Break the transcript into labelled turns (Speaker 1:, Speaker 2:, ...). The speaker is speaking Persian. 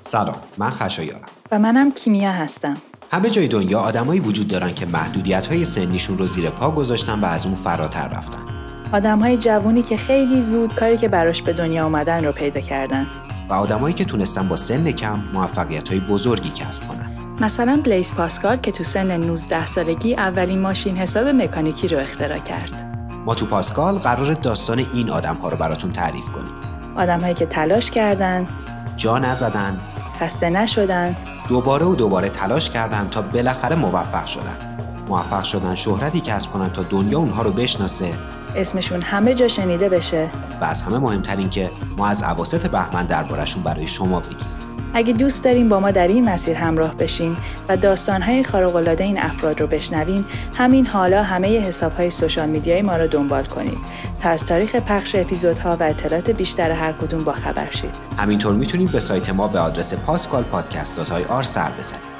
Speaker 1: سلام من خشایارم
Speaker 2: و منم کیمیا هستم
Speaker 1: همه جای دنیا آدمایی وجود دارن که محدودیت های سنیشون رو زیر پا گذاشتن و از اون فراتر رفتن
Speaker 2: آدم های جوونی که خیلی زود کاری که براش به دنیا آمدن رو پیدا کردن
Speaker 1: و آدمایی که تونستن با سن کم موفقیت های بزرگی کسب کنن
Speaker 2: مثلا بلیز پاسکال که تو سن 19 سالگی اولین ماشین حساب مکانیکی رو اختراع کرد
Speaker 1: ما تو پاسکال قرار داستان این آدم ها رو براتون تعریف کنیم
Speaker 2: آدم هایی که تلاش کردن
Speaker 1: جا نزدن
Speaker 2: خسته نشدن
Speaker 1: دوباره و دوباره تلاش کردن تا بالاخره موفق شدن موفق شدن شهرتی کسب کنن تا دنیا اونها رو بشناسه
Speaker 2: اسمشون همه جا شنیده بشه
Speaker 1: و از همه مهمتر این که ما از عواست بهمن دربارشون برای شما بگیم
Speaker 2: اگه دوست داریم با ما در این مسیر همراه بشین و داستانهای خارق‌العاده این افراد رو بشنوین همین حالا همه حسابهای سوشال میدیای ما رو دنبال کنید تا از تاریخ پخش اپیزودها و اطلاعات بیشتر هر کدوم با خبر شید
Speaker 1: همینطور میتونید به سایت ما به آدرس pascalpodcast.ir سر بزنید